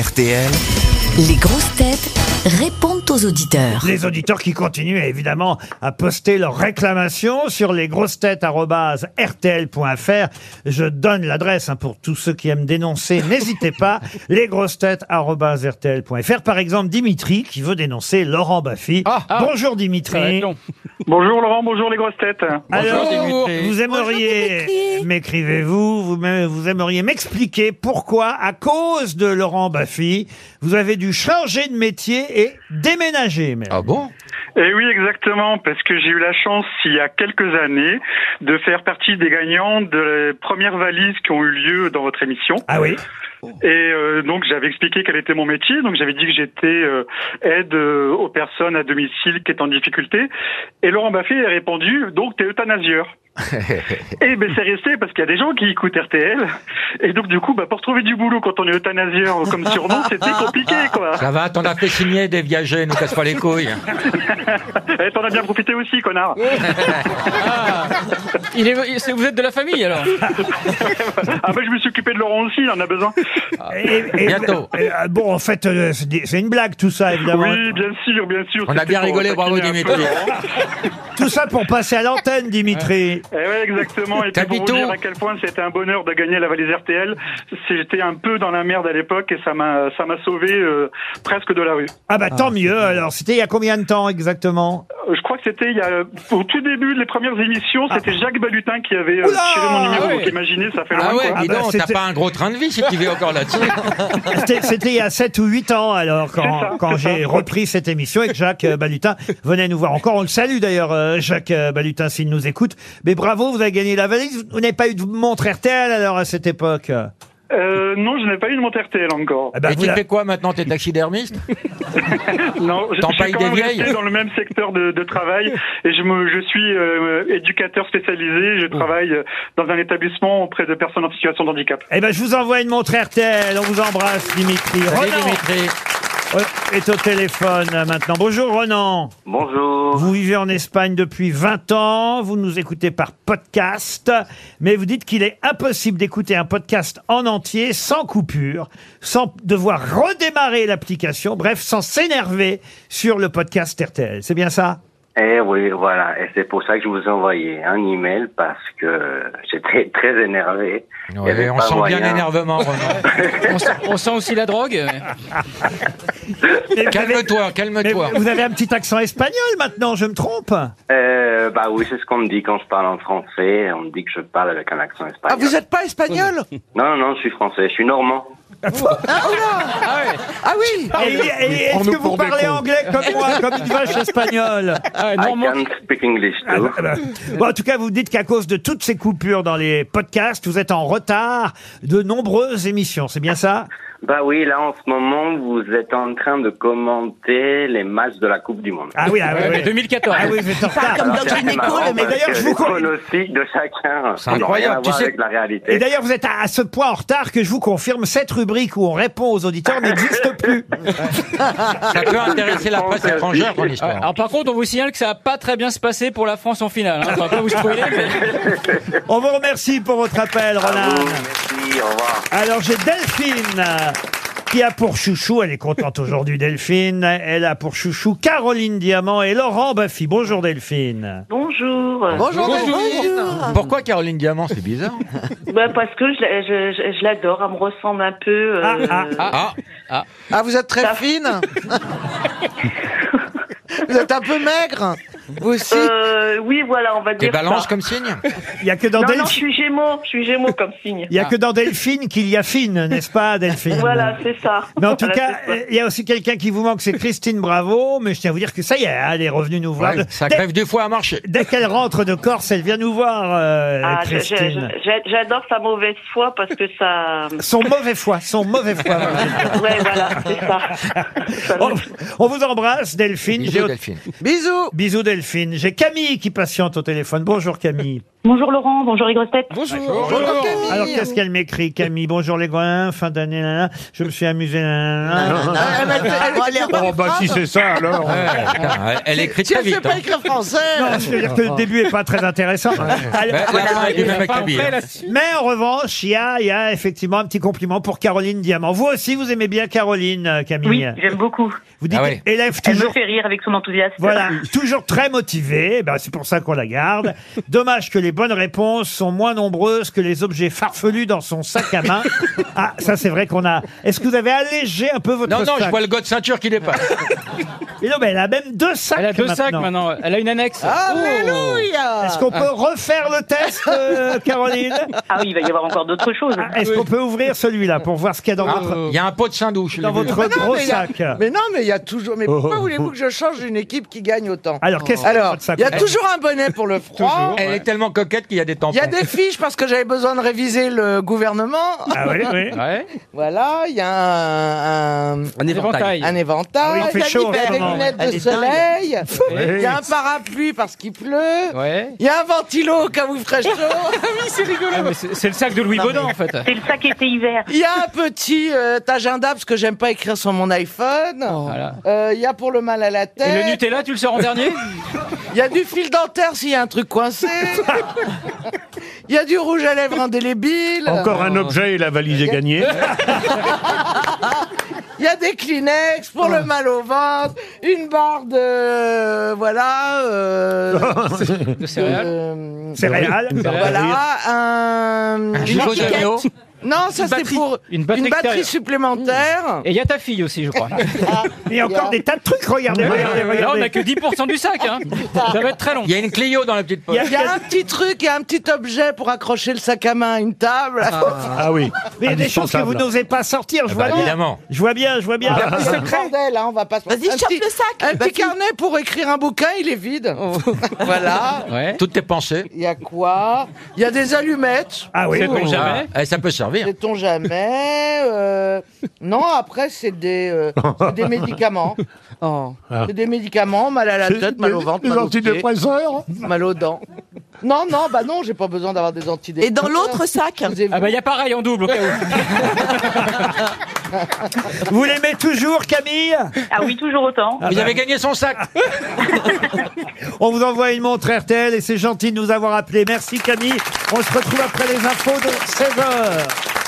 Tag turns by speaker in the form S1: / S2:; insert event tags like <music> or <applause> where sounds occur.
S1: RTL.
S2: Les grosses têtes répondent aux auditeurs.
S3: Les auditeurs qui continuent évidemment à poster leurs réclamations sur lesgrossetêtes.rtl.fr. Je donne l'adresse hein, pour tous ceux qui aiment dénoncer. <laughs> N'hésitez pas. Lesgrossetêtes.rtl.fr. Par exemple, Dimitri qui veut dénoncer Laurent Baffy.
S4: Ah,
S3: Bonjour Dimitri.
S5: Bonjour Laurent, bonjour les grosses têtes.
S3: Alors,
S4: Dimitri.
S3: vous aimeriez, m'écrivez-vous, vous, m'aimez- vous aimeriez m'expliquer pourquoi, à cause de Laurent Baffy, vous avez dû changer de métier et déménager. même.
S4: Ah bon
S5: Et Eh oui, exactement, parce que j'ai eu la chance, il y a quelques années, de faire partie des gagnants de les premières valises qui ont eu lieu dans votre émission.
S3: Ah oui
S5: Et euh, donc, j'avais expliqué quel était mon métier. Donc, j'avais dit que j'étais euh, aide euh, aux personnes à domicile qui est en difficulté. Et Laurent Baffet a répondu, donc, t'es euthanasieur. et ben c'est resté parce qu'il y a des gens qui écoutent RTL et donc du coup bah pour trouver du boulot quand on est euthanasieur comme surnom c'était compliqué quoi.
S4: Ça va, t'en as fait signer des viagers, nous casse pas les couilles.
S5: Eh, T'en as bien profité aussi connard.
S6: Il est- c'est- vous êtes de la famille alors
S5: Ah ben je me suis occupé de Laurent aussi, il en a besoin.
S3: Et- et-
S4: Bientôt.
S3: et- ah, bon, en fait, euh, c'est des- c'est une blague tout ça, évidemment.
S5: Oui, bien sûr, bien sûr.
S4: On a
S5: c'était
S4: bien
S5: pour
S4: rigolé, bravo
S5: taquiner un peu
S4: Dimitri.
S5: Laurent.
S3: Tout ça pour passer à l'antenne, Dimitri.
S5: Eh ouais, exactement. Et puis pour
S4: T'habites
S5: vous
S4: où
S5: dire à quel point c'était un bonheur de gagner la valise RTL, j'étais un peu dans la merde à l'époque et ça m'a ça m'a sauvé euh, presque de la rue.
S3: Ah bah tant mieux. Alors, c'était il y a combien de temps exactement
S5: Euh, Je crois que c'était il y a au tout début des premières émissions, c'était Jacques Balutin qui avait euh,
S3: Oula
S5: tiré mon numéro.
S6: Ah ouais.
S5: Donc imaginez, ça fait loin
S4: Ah ouais,
S5: quoi.
S4: dis
S3: Ah bah,
S4: donc, t'as
S3: c'était-
S4: pas un gros train de vie si tu vis encore là-dessus.
S3: C'était c'était il y a 7 ou 8 ans alors quand,
S5: C'est ça,
S3: quand
S5: c'est ça.
S3: j'ai repris cette émission et que Jacques euh, Balutin venait nous voir encore. On le salue d'ailleurs euh, Jacques euh, Balutin s'il nous écoute. Mais bravo, vous avez gagné la valise. Vous n'avez pas eu de montre RTL alors à cette époque. Ah
S5: Euh, non, je n'ai pas eu de monte RTL encore.
S3: bah,
S4: Et
S3: vous
S4: tu
S3: la-
S4: fais quoi maintenant T'es taxidermiste
S5: Non, je je
S4: T'en
S5: suis
S4: payes
S5: quand
S4: des
S5: même
S4: vieilles
S5: resté dans le même secteur de, de travail et je, me, je suis euh, éducateur spécialisé. Je travaille euh, dans un établissement auprès de personnes en situation de handicap.
S3: Eh ben je vous envoie une montre RTL. On vous embrasse Dimitri.
S4: Salut
S3: Ronan
S4: Dimitri.
S3: euh, est au téléphone euh, maintenant. Bonjour Ronan.
S7: Bonjour.
S3: Vous vivez en Espagne depuis 20 ans, vous nous écoutez par podcast, mais vous dites qu'il est impossible d'écouter un podcast en entier sans coupure, sans devoir redémarrer l'application, bref, sans s'énerver sur le podcast RTL. C'est bien ça
S7: Eh oui, voilà. Et c'est pour ça que je vous ai envoyé un email parce que j'étais <laughs> très énervé. Il y
S4: Ouais,
S7: avait
S4: on
S7: pas
S4: sent bien
S7: moyen.
S4: l'énervement,
S7: <laughs>
S4: Ronan.
S6: on sent, on sent aussi la drogue
S3: Mais vous avez-
S4: Calme-toi,
S3: mais
S4: calme-toi.
S3: vous avez un petit accent espagnol maintenant, je me trompe
S8: Ah,
S7: Euh, bah oui, c'est ce qu'on me dit quand je parle en français. On me dit que je parle avec un accent espagnol.
S8: Ah, vous n'êtes pas espagnol
S7: Non, non, je suis français. Je suis normand.
S6: Ah ouais,
S8: Ah oui
S3: Et- et- Est-ce que vous parlez anglais comme moi, comme une vache espagnole
S6: Ah ouais,
S7: I
S6: normand.
S7: can't speak English
S3: Ah
S7: too.
S3: bah, bah. Bon, en tout cas, vous dites qu'à cause de toutes ces coupures dans les podcasts, vous êtes en retard de nombreuses émissions. C'est bien ça
S7: Bah oui, là en ce moment, vous êtes en train de commenter les matchs de la Coupe du Monde.
S3: Ah oui, ah oui,
S6: Ouais,
S3: oui.
S6: mais 2014.
S3: Ah oui, vous êtes en retard.
S7: Alors, c'est assez marrant
S3: mais
S7: parce
S3: d'ailleurs,
S7: que
S3: je vous
S7: les
S3: con-
S7: pronostics de chacun.
S4: C'est
S7: n'ont rien
S4: incroyable,
S7: à
S4: tu
S7: voir
S4: sais.
S7: avec la réalité.
S3: Et d'ailleurs, vous êtes à, à ce point en retard que je vous confirme, cette rubrique où on répond aux auditeurs n'existe plus.
S4: Ça peut intéresser la presse étrangère, ton
S6: Ouais,
S8: Ah,
S4: histoire.
S6: Alors par contre, on vous signale que ça a pas très bien se passé pour la France en finale. Hein. Enfin, pas vous spoiler, mais-
S3: On vous remercie pour votre appel,
S7: À
S3: Roland.
S7: vous, merci, au revoir.
S3: Alors, j'ai Delphine euh, qui a pour chouchou, elle est contente aujourd'hui, Delphine. Elle a pour chouchou Caroline Diamant et Laurent Baffy. Bonjour, Delphine.
S9: Bonjour.
S8: Bonjour,
S4: Pourquoi Caroline Diamant C'est bizarre.
S9: Bah, parce que je, la- je, je- je l'adore, elle me ressemble un peu. euh,
S3: Ah, ah,
S4: Ah,
S8: Ah, vous êtes très fine Vous êtes un peu maigre Vous aussi
S9: euh, oui, voilà, on va
S4: t'es
S9: dire
S4: balance
S9: ça.
S4: comme signe
S3: Il y a que dans
S9: Non, non, je
S3: Delphine.
S9: suis Gémeaux, je suis Gémeaux comme
S8: <laughs>
S9: signe.
S3: Il n'y a que dans Delphine qu'il y a fine, n'est-ce pas, Delphine
S9: Ah. Voilà, c'est ça.
S3: Mais en tout
S9: Voilà,
S3: cas,
S9: c'est ça.
S3: euh, il y a aussi quelqu'un qui vous manque, c'est Christine Bravo. Mais je tiens à vous dire que ça y est, hein, elle est revenue nous voir.
S4: Ouais, Ça
S3: dès
S4: crève deux fois à marcher.
S3: dès qu'elle rentre de Corse, elle vient nous voir, euh,
S9: Ah, je- je-
S3: Christine.
S9: je- j'a- j'adore sa mauvaise foi parce que
S8: <laughs>
S9: ça.
S3: Son mauvais foi, son mauvais foi.
S9: <laughs> Ouais, voilà, c'est ça.
S8: <laughs>
S9: Ça me-
S8: Oh.
S3: on, on vous embrasse, Delphine. J'ai-
S4: Bisous, Delphine.
S8: Bisous
S3: Bisous, Delphine. J'ai Camille qui patiente au téléphone. Bonjour, Camille.
S9: Bonjour Laurent, bonjour les grosses têtes.
S8: Bonjour.
S4: Bonjour.
S8: Camille.
S3: Alors qu'est-ce qu'elle m'écrit Camille Bonjour les gouins, fin d'année, nanana. je me suis amusé. nanana.
S4: <laughs>
S8: Ah, elle m'a- elle- elle- elle est
S1: Oh, bah si c'est ça alors.
S4: Elle écrit
S8: Si
S4: très
S8: elle sait
S4: vite.
S8: pas
S4: hein.
S8: écrire français.
S3: Non, je veux dire que le début est pas très intéressant. Ah, bah, Elle-
S4: Ben, La fin est du même acabit. hein.
S3: Mais en revanche, il y a, il y a effectivement un petit compliment pour Caroline Diamant. Vous aussi, vous aimez bien Caroline, euh,
S9: Oui,
S3: Camille.
S9: j'aime beaucoup.
S3: Vous dites
S4: Ah oui.
S3: élève
S9: Elle me
S3: toujours.
S9: fait rire avec son enthousiasme.
S3: Voilà, toujours très motivée, Eh ben, c'est pour ça qu'on la garde. Dommage que les bonnes réponses sont moins nombreuses que les objets farfelus dans son sac à main. Ah, ça c'est vrai qu'on a... Est-ce que vous avez allégé un peu votre
S4: Non, non,
S3: sac
S4: je vois le gars de ceinture qui dépasse.
S3: Et non, mais elle a même deux sacs
S6: Elle a deux sacs
S3: maintenant.
S6: maintenant. Elle a une annexe. Oh.
S8: Ah, Alléluia.
S3: Est-ce qu'on peut refaire le test, euh, Caroline
S9: Ah oui, il va y avoir encore d'autres choses.
S8: Ah,
S3: Est-ce qu'on peut ouvrir celui-là pour voir ce qu'il y a dans
S4: Ah,
S3: votre,
S4: Il y a un pot de Saint-Douche. je l'ai
S3: dans
S4: vu.
S3: votre
S8: non,
S3: gros
S8: mais il y a-
S3: sac
S8: Mais non, mais il y a toujours. Mais
S3: Oh.
S8: pourquoi voulez-vous que je change une équipe qui gagne autant
S3: Alors, qu'est-ce que
S8: Alors,
S3: votre sac
S8: il y a toujours un bonnet
S3: <laughs>
S8: pour le froid.
S4: Elle est tellement coquette qu'il y a des tampons.
S8: Il y a des fiches parce que j'avais besoin de réviser le gouvernement.
S3: Ah oui,
S8: <laughs>
S3: oui.
S6: Ouais.
S8: Voilà, il y a un, un-
S6: Un éventail.
S8: un éventail,
S3: Ah oui, il fait
S8: la
S3: chaud en
S8: nuit, il y a
S3: ce
S8: des
S3: moment.
S8: lunettes
S7: Elle
S8: de
S7: est dingue.
S8: soleil,
S6: Ouais.
S8: il y a un parapluie parce qu'il pleut,
S6: Ouais.
S8: il y a un ventilo au cas où il ferait chaud,
S6: Ah, mais c'est c'est le sac de Louis Baudin en fait.
S9: C'est le sac été hiver.
S8: il y a un petit euh, agenda parce que j'aime pas écrire sur mon iPhone,
S6: Voilà.
S8: Euh, il y a pour le mal à la
S6: Et le
S8: tête,
S6: Nutella, tu le sors en dernier
S8: il y a du fil dentaire s'il y a un truc coincé, <laughs> il y a du rouge à lèvres indélébile,
S1: Encore un objet et la valise est
S8: <laughs>
S1: gagnée.
S8: il y a des Kleenex pour le mal au ventre, une barre de... voilà... euh,
S6: De céréales.
S8: euh,
S3: C'est réel.
S8: Voilà, un...
S4: Un gigot
S8: étiquette.
S4: d'agneau.
S8: Non, ça c'est
S6: batterie.
S8: pour
S6: Une batterie extérieure.
S8: supplémentaire.
S6: Et il y a ta fille aussi,
S8: <laughs>
S6: je crois.
S3: Il y a encore des tas de trucs. Regardez, regardez,
S6: Là, on n'a
S3: regardez.
S6: que 10% du sac. Hein.
S8: Ah.
S6: Ça va être très long.
S4: Il y a une Clio dans la petite poche.
S8: Il y a un petit truc, il y a un petit objet pour accrocher le sac à main à une table.
S1: Ah oui.
S3: Mais il y a des choses que vous n'osez pas sortir. Je
S4: Ah bah,
S3: vois bien.
S4: évidemment.
S3: Je vois bien, je vois bien.
S8: C'est un bordel, hein, on va pas se Vas-y, chope le sac. Un petit carnet pour écrire un bouquin, il est vide. voilà.
S6: Ouais.
S4: Toutes tes pensées.
S8: Il y a quoi Il y a des allumettes.
S3: Ah oui.
S8: Oh.
S6: Sait-on jamais.
S4: Ah, eh, ça peut servir.
S8: Sait-on jamais euh, Non, après, c'est des, euh, c'est des <laughs> médicaments. C'est des médicaments, mal à la tête, mal au ventre,
S1: Des
S8: mal aux pieds.
S1: antidépresseurs.
S8: Mal aux dents. Non, non, bah non, j'ai pas besoin d'avoir des antidépresseurs.
S10: Et dans l'autre sac
S8: Vous avez vu
S6: Ah bah il y a pareil en double au cas où.
S3: Vous l'aimez toujours, Camille
S9: Ah oui,
S8: <laughs>
S9: toujours autant.
S4: Vous avez gagné son sac.
S3: On vous envoie une montre RTL et c'est gentil de nous avoir appelés. Merci, Camille. On se retrouve après les infos de 16h.